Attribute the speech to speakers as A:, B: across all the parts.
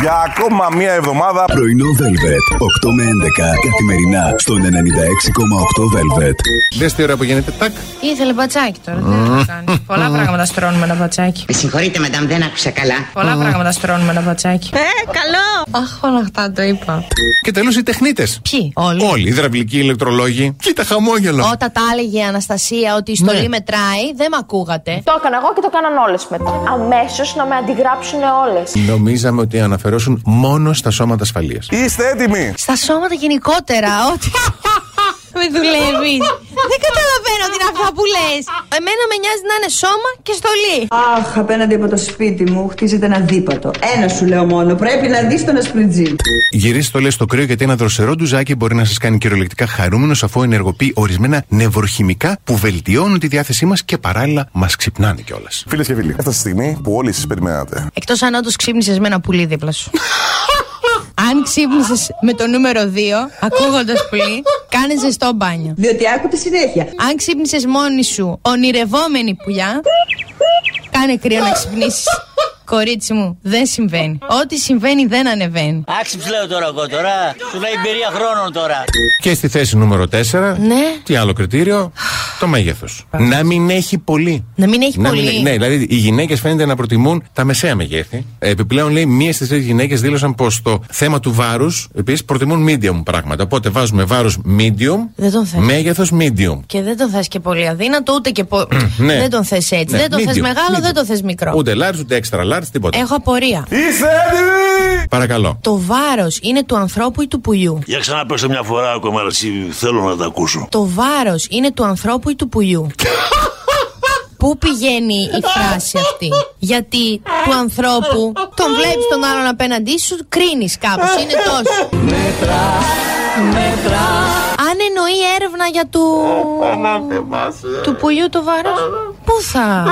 A: για ακόμα μία εβδομάδα.
B: Πρωινό Velvet. 8 με 11 καθημερινά στον 96,8 Velvet.
C: Δες τι ώρα που γίνεται. Τάκ.
D: Ήθελε μπατσάκι τώρα. τι να το κάνεις. Πολλά πράγματα στρώνουμε ένα μπατσάκι.
E: Με συγχωρείτε, μαντάμ, δεν άκουσα καλά.
D: Πολλά πράγματα στρώνουμε ένα μπατσάκι.
F: Ε, καλό!
D: Αχ, όλα αυτά το είπα.
C: Και τέλο οι τεχνίτες.
D: Ποιοι, όλοι.
C: Όλοι. Υδραυλικοί, ηλεκτρολόγοι. Κοίτα χαμόγελο.
D: Όταν τα έλεγε η Αναστασία ότι η στολή μετράει, δεν με ακούγατε.
G: Το έκανα εγώ και το έκαναν όλες μετά. Αμέσως να με αντιγράψουν όλες.
C: Νομίζαμε ότι αναφερόσουν μόνο στα σώματα ασφαλείας.
A: Είστε έτοιμοι.
D: Στα σώματα γενικότερα, ότι. με δουλεύεις. δεν καταλαβαίνω τι είναι αυτά που λες. Εμένα με νοιάζει να είναι σώμα και στολή.
H: Αχ, απέναντι από το σπίτι μου χτίζεται ένα δίπατο. Ένα σου λέω μόνο, πρέπει να δεις τον ασπριτζή.
C: Γυρίστε το λες στο κρύο γιατί ένα δροσερό ντουζάκι μπορεί να σας κάνει κυριολεκτικά χαρούμενος αφού ενεργοποιεί ορισμένα νευροχημικά που βελτιώνουν τη διάθεσή μας και παράλληλα μας ξυπνάνε κιόλας.
A: Φίλες και φίλοι, έφτασε η στιγμή που όλοι εσεί περιμένατε.
D: Εκτός αν όντως ξύπνησες με ένα πουλί δίπλα σου. Αν ξύπνησες με το νούμερο 2, ακούγοντα πουλί, κάνε ζεστό μπάνιο.
H: Διότι άκου τη συνέχεια.
D: Αν ξύπνησες μόνη σου ονειρευόμενη πουλιά, κάνε κρύο να ξυπνήσεις. Κορίτσι μου, δεν συμβαίνει. Ό,τι συμβαίνει δεν ανεβαίνει.
I: Άξιψ λέω τώρα εγώ τώρα. Σου λέει εμπειρία χρόνων τώρα.
C: Και στη θέση νούμερο 4.
D: Ναι.
C: Τι άλλο κριτήριο, το μέγεθος. να μην έχει πολύ.
D: Να μην έχει
C: Να μην-
D: πολύ.
C: ναι, δηλαδή οι γυναίκες φαίνεται να προτιμούν τα μεσαία μεγέθη. Επιπλέον, λέει, μία στις τρεις γυναίκες δήλωσαν πως το θέμα του βάρους επίσης προτιμούν medium πράγματα. Οπότε βάζουμε βάρος medium,
D: Δεν τον θέλω.
C: μέγεθος medium.
D: Και δεν τον θες και πολύ αδύνατο, ούτε και πολύ.
C: Ναι.
D: Δεν τον θες έτσι.
C: Ναι,
D: δεν τον θες
C: medium,
D: μεγάλο,
C: medium.
D: δεν τον θες μικρό.
C: Ούτε Ε? large, ούτε extra large, τίποτα.
D: Έχω απορία.
A: Είστε έτοιμοι.
C: Παρακαλώ.
D: Το βάρος είναι του ανθρώπου ή του πουλιού.
I: Για ξαναπέστε μια φορά ακόμα, ρε, εσύ θέλω να τα ακούσω.
D: Το βάρος είναι του ανθρώπου ή του πουλιού. Πού πηγαίνει η φράση αυτή. Γιατί του ανθρώπου τον βλέπεις τον άλλον απέναντί σου, κρίνεις κάπως. Είναι τόσο. Αν εννοείς έρευνα για του. του πουλιού το βάρος Πού θα.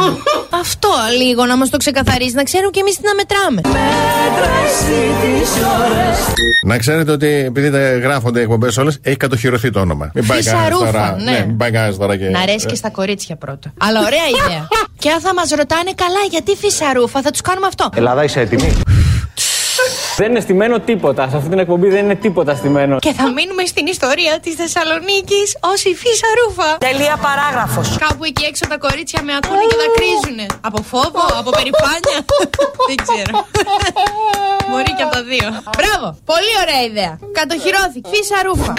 D: Αυτό λίγο να μας το ξεκαθαρίσει, να ξέρουμε και εμείς τι να μετράμε.
C: Να ξέρετε ότι επειδή τα γράφονται οι εκπομπές όλες, έχει κατοχυρωθεί το όνομα. Μην πάει κανένας
D: Φυσαρούφα,
C: τώρα.
D: ναι.
C: μην πάει κανένας τώρα και.
D: Να αρέσει και στα κορίτσια πρώτα. Αλλά ωραία ιδέα. και αν θα μας ρωτάνε καλά, γιατί φυσαρούφα, θα τους κάνουμε αυτό.
J: Ελλάδα, είσαι έτοιμη. δεν είναι στημένο τίποτα. Σε αυτή την εκπομπή δεν είναι τίποτα στημένο.
D: και θα μείνουμε στην ιστορία της Θεσσαλονίκης ως η φυσαρούφα.
F: Τελεία παράγραφος.
D: Κάπου εκεί έξω τα κορίτσια με ακούνε και δακρύζουνε. Από φόβο, από περηφάνεια. Δεν ξέρω. Μπορεί και από τα δύο. Μπράβο! Πολύ ωραία ιδέα. Κατοχυρώθηκε. Φυσαρούφα.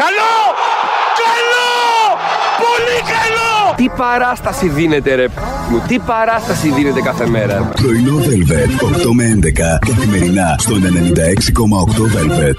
J: Τι παράσταση δίνεται, ρε μου. Τι παράσταση δίνεται κάθε μέρα.
B: Πρωινό Velvet. 8 με 11 καθημερινά στον 96,8 Velvet.